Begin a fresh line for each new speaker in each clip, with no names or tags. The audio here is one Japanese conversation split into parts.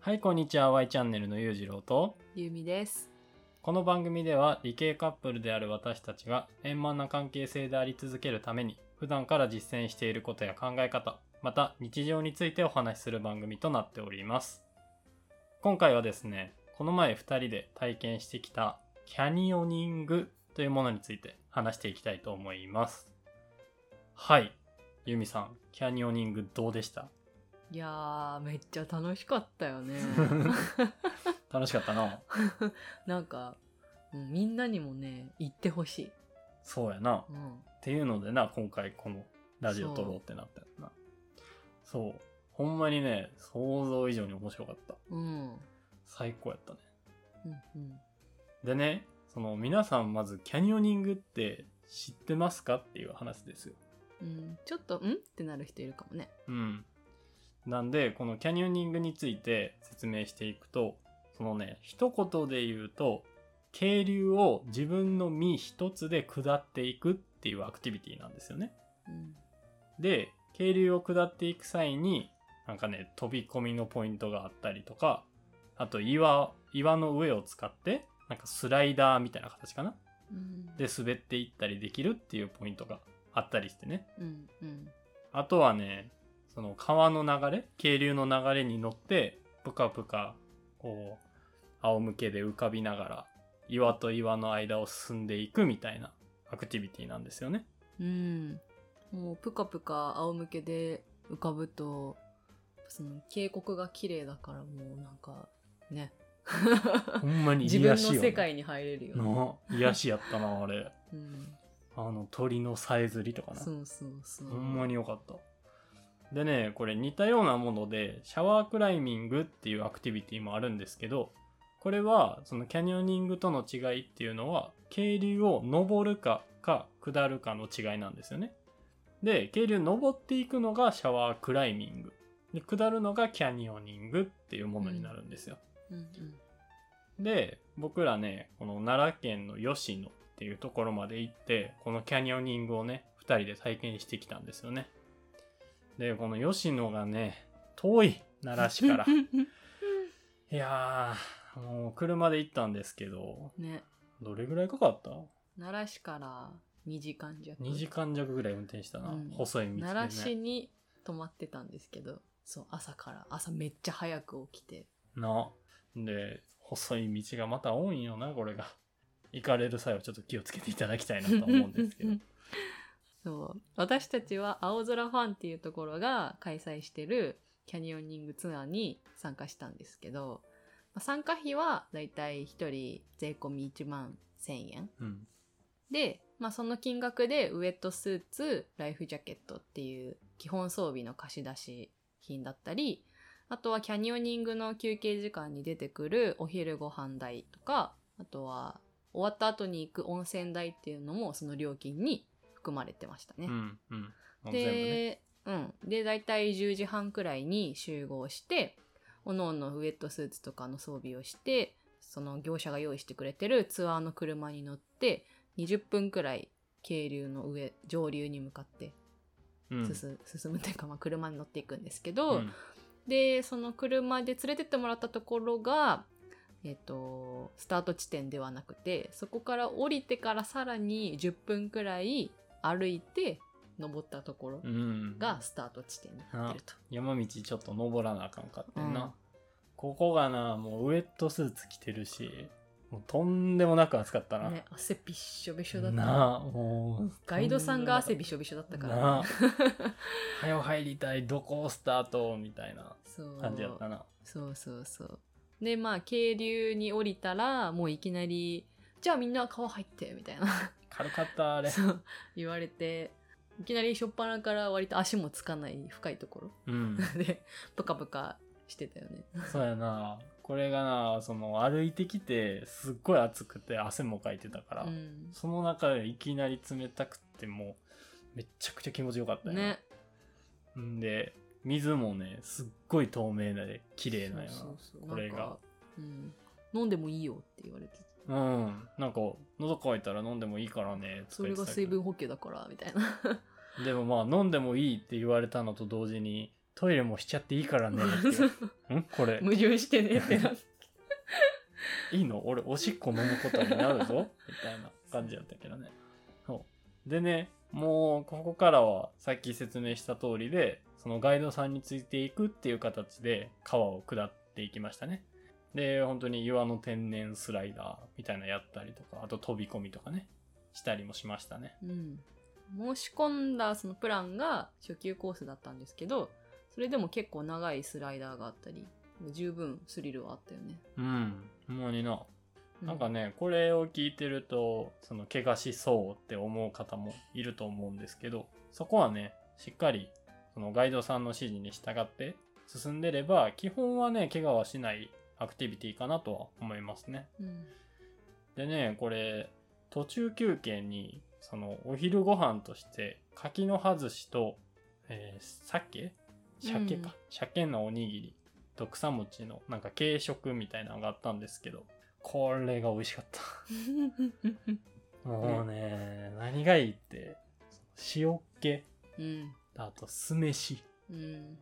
はい、こんにちは。Y チャンネルのゆうじろうと、
ゆみです。
この番組では理系カップルである私たちが円満な関係性であり続けるために、普段から実践していることや考え方、また日常についてお話しする番組となっております。今回はですね、この前2人で体験してきたキャニオニングというものについて話していきたいと思います。はい、ゆみさん、キャニオニングどうでした
いやー、めっちゃ楽しかったよ ね。
楽しかったな。
なんか、うんみんなにもね、行ってほしい。
そうやな。
う
っ
ん。
ていうのでな今回このラジオ撮ろうってなったよなそうほんまにね想像以上に面白かった
うん。
最高やったね
うんうん。
でねその皆さんまずキャニオニングって知ってますかっていう話ですよ
うん、ちょっと、んってなる人いるかもね。
うんなんでこのキャニオニングについて説明していくとそのね一言で言うと渓流を自分の身一つで下っていくっていうアクティビティなんですよね
うん。
で渓流を下っていく際になんかね飛び込みのポイントがあったりとかあと岩岩の上を使ってなんかスライダーみたいな形かな
うん。
で滑っていったりできるっていうポイントがあったりしてね
うんうん。
あとはねその川の流れ渓流の流れに乗ってぷかぷかこう仰向けで浮かびながら岩と岩の間を進んでいくみたいなアクティビティなんですよね。
うん。もう、ぷかぷか仰向けで浮かぶと、その、渓谷が綺麗だから、もうなんか、ね。
ほんまに
自
癒
分
やしよ、
の
ね。
世界に入れるよね。
の癒しやったなあれ
うん。
あの鳥のさえずりとかな
そうそうそう。
ほんまによかったでねこれ似たようなものでシャワークライミングっていうアクティビティもあるんですけどこれはそのキャニオニングとの違いっていうのは渓流を登るかか下るかの違いなんですよねで渓流登っていくのがシャワークライミングで下るのがキャニオニングっていうものになるんですよ、
うんうん。
で僕らねこの奈良県の吉野っていうところまで行ってこのキャニオニングをね2人で体験してきたんですよねでこの吉野がね遠い奈 良市から いやーもう車で行ったんですけど
ね。
どれぐらいかかった
奈良市から2時間弱
?2 時間弱ぐらい運転したな、
うん
細い道で、ね、
奈良市に泊まってたんですけどそう朝から朝めっちゃ早く起きて
なで細い道がまた多いんよなこれが行かれる際はちょっと気をつけていただきたいなとは思うんですけ ど
そう私たちは青空ファンっていうところが開催してるキャニオニングツアーに参加したんですけどまあ参加費はだいたい1人税込み1万1000円
うん
で、まあ、その金額でウエットスーツライフジャケットっていう基本装備の貸し出し品だったりあとはキャニオニングの休憩時間に出てくるお昼ご飯代とかあとは終わった後に行く温泉代っていうのもその料金に含まれてましたね。
うんうんもう全部ね
で、うん。で、大体10時半くらいに集合して、おのおのウエットスーツとかの装備をして、その業者が用意してくれてるツアーの車に乗って、20分くらい渓流の上、上流に向かって
うん
進,、進むというか、まあ、車に乗っていくんですけ
う
ど、
ん
で、その車で連れてってもらったところが、えっと、スタート地点ではなくて、そこから降りてからさらに10分くらい歩いて登ったところ
うん、
がスタート地点になってると。
山道ちょっと登らなあかんかってんな、
うん
ここがなもうウエットスーツ着てるしもうとんでもなく暑かったな、
ね、汗びっしょびしょだった。
なあもう
ガイドさんが汗び
し
しょびしょだった
ょ
か
な
ら
あ。はよ入りたいどこをスタートみたいな
そう
感じやったな
そうそうそう。で、まあ、渓流に降りたら、もういきなり、じゃあみんな川入って、みたいな。
軽かったあれ
そう、言われて、いきなりしょっぱなから割と足もつかない深いとこ
う
ろ
ん
で、ブカブカしてたよね。
そうやなこれがなその歩いてきてすっごい暑くて汗もかいてたから、
うん。
その中でいきなり冷たくてもうめちゃくちゃ気持ちよかったよな
ね。
んで水もねすっごい透明で綺麗なんやな
そうそうそう
これが
なんかうん。飲んでもいいよって言われてて
うんなんか喉乾いたら飲んでもいいからねと
そ
か言
れ
って
が
たけ
水
ど
分補給だから、みたいな。
でもまあ飲んでもいいって言われたのと同時にトイレもしちゃっていいからねっていう
矛
ん これ
盾してねってなって
いいの俺おしっこ飲むことになるぞみたいな感じだったけどねそうでねもうここからはさっき説明した通りでそのガイドさんについていくっていう形で川を下っていきましたねで本当に岩の天然スライダーみたいなのやったりとかあと飛び込みとかねしたりもしましたね
うん、申し込んだそのプランが初級コースだったんですけどそれでも結構長いスライダーがあったりもう十分スリルはあったよね、
うんほんまにな
う
なんかね、これを聞いてると、その、怪我しそうって思う方もいると思うんですけど、そこはね、しっかり、そのガイドさんの指示に従って進んでれば、基本はね、怪我はしないアクティビティかなとは思いますね。
うん
でね、これ、途中休憩に、その、お昼ご飯として、柿の外しと、えー、鮭鮭か。
うん
鮭のおにぎりと草餅の、なんか軽食みたいなのがあったんですけど、これが美味しかった。もうね、何がいいって、塩気、
うん
あと酢飯。
うん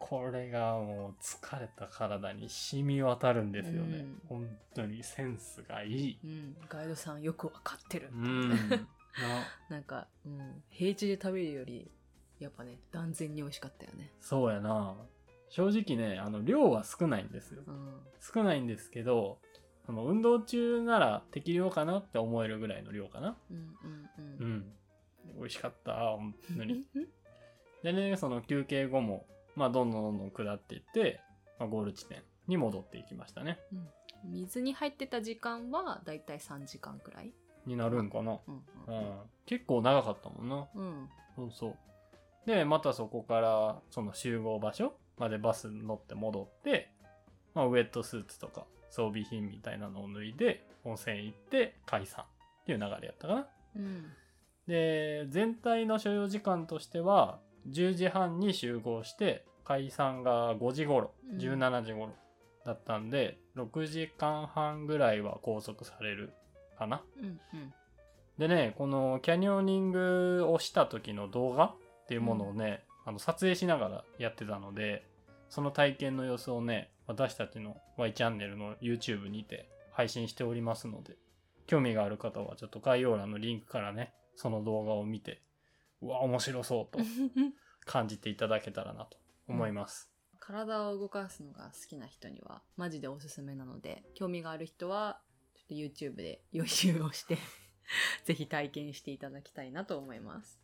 これがもう疲れた体に染み渡るんですよね。
うん
本当にセンスがいい。
うんガイドさんよくわかってる、
うん。な
なんか、うん、平地で食べるよりやっぱね断然に美味しかったよね
そうやな。正直ね、あの、量は少ないんですよ。
うん
少ないんですけど、その運動中なら適量かなって思えるぐらいの量かな。
うんうんうん
うん。美味しかった、本当に。でね、その休憩後も、まあ、どんどんどんどん下っていって、まあ、ゴール地点に戻っていきましたね。
水に入ってた時間はだいたい3時間くらい、
になるんかな。
うん
う
うん
ん。結構長かったもんな。
うん
そうそう。で、またそこから、その集合場所までバスに乗って戻って、まあ、ウェットスーツとか装備品みたいなのを脱いで、温泉行って解散っていう流れやったかな。
うん
で、全体の所要時間としては、10時半に集合して、解散が5時頃、
うん
17時頃だったんで、6時間半ぐらいは拘束されるかな。
うんうん
でね、このキャニオニングをした時の動画っていうものをね、あの撮影しながらやってたので、その体験の様子をね、私たちの Y チャンネルの YouTube にて配信しておりますので、興味がある方はちょっと概要欄のリンクからね、その動画を見て、うわ、面白そう と感じていただけたらなと思います。
体を動かすのが好きな人にはマジでおすすめなので興味がある人はちょっと YouTube で予習をして ぜひ体験していただきたいなと思います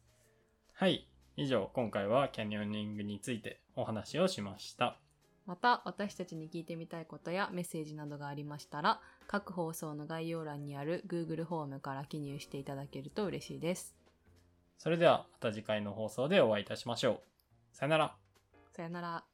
はい。以上、今回はキャニオニングについてお話をしました。
また私たちに聞いてみたいことやメッセージなどがありましたら各放送の概要欄にある Google フォームから記入していただけると嬉しいです
それではまた次回の放送でお会いいたしましょう。さよなら。
さよなら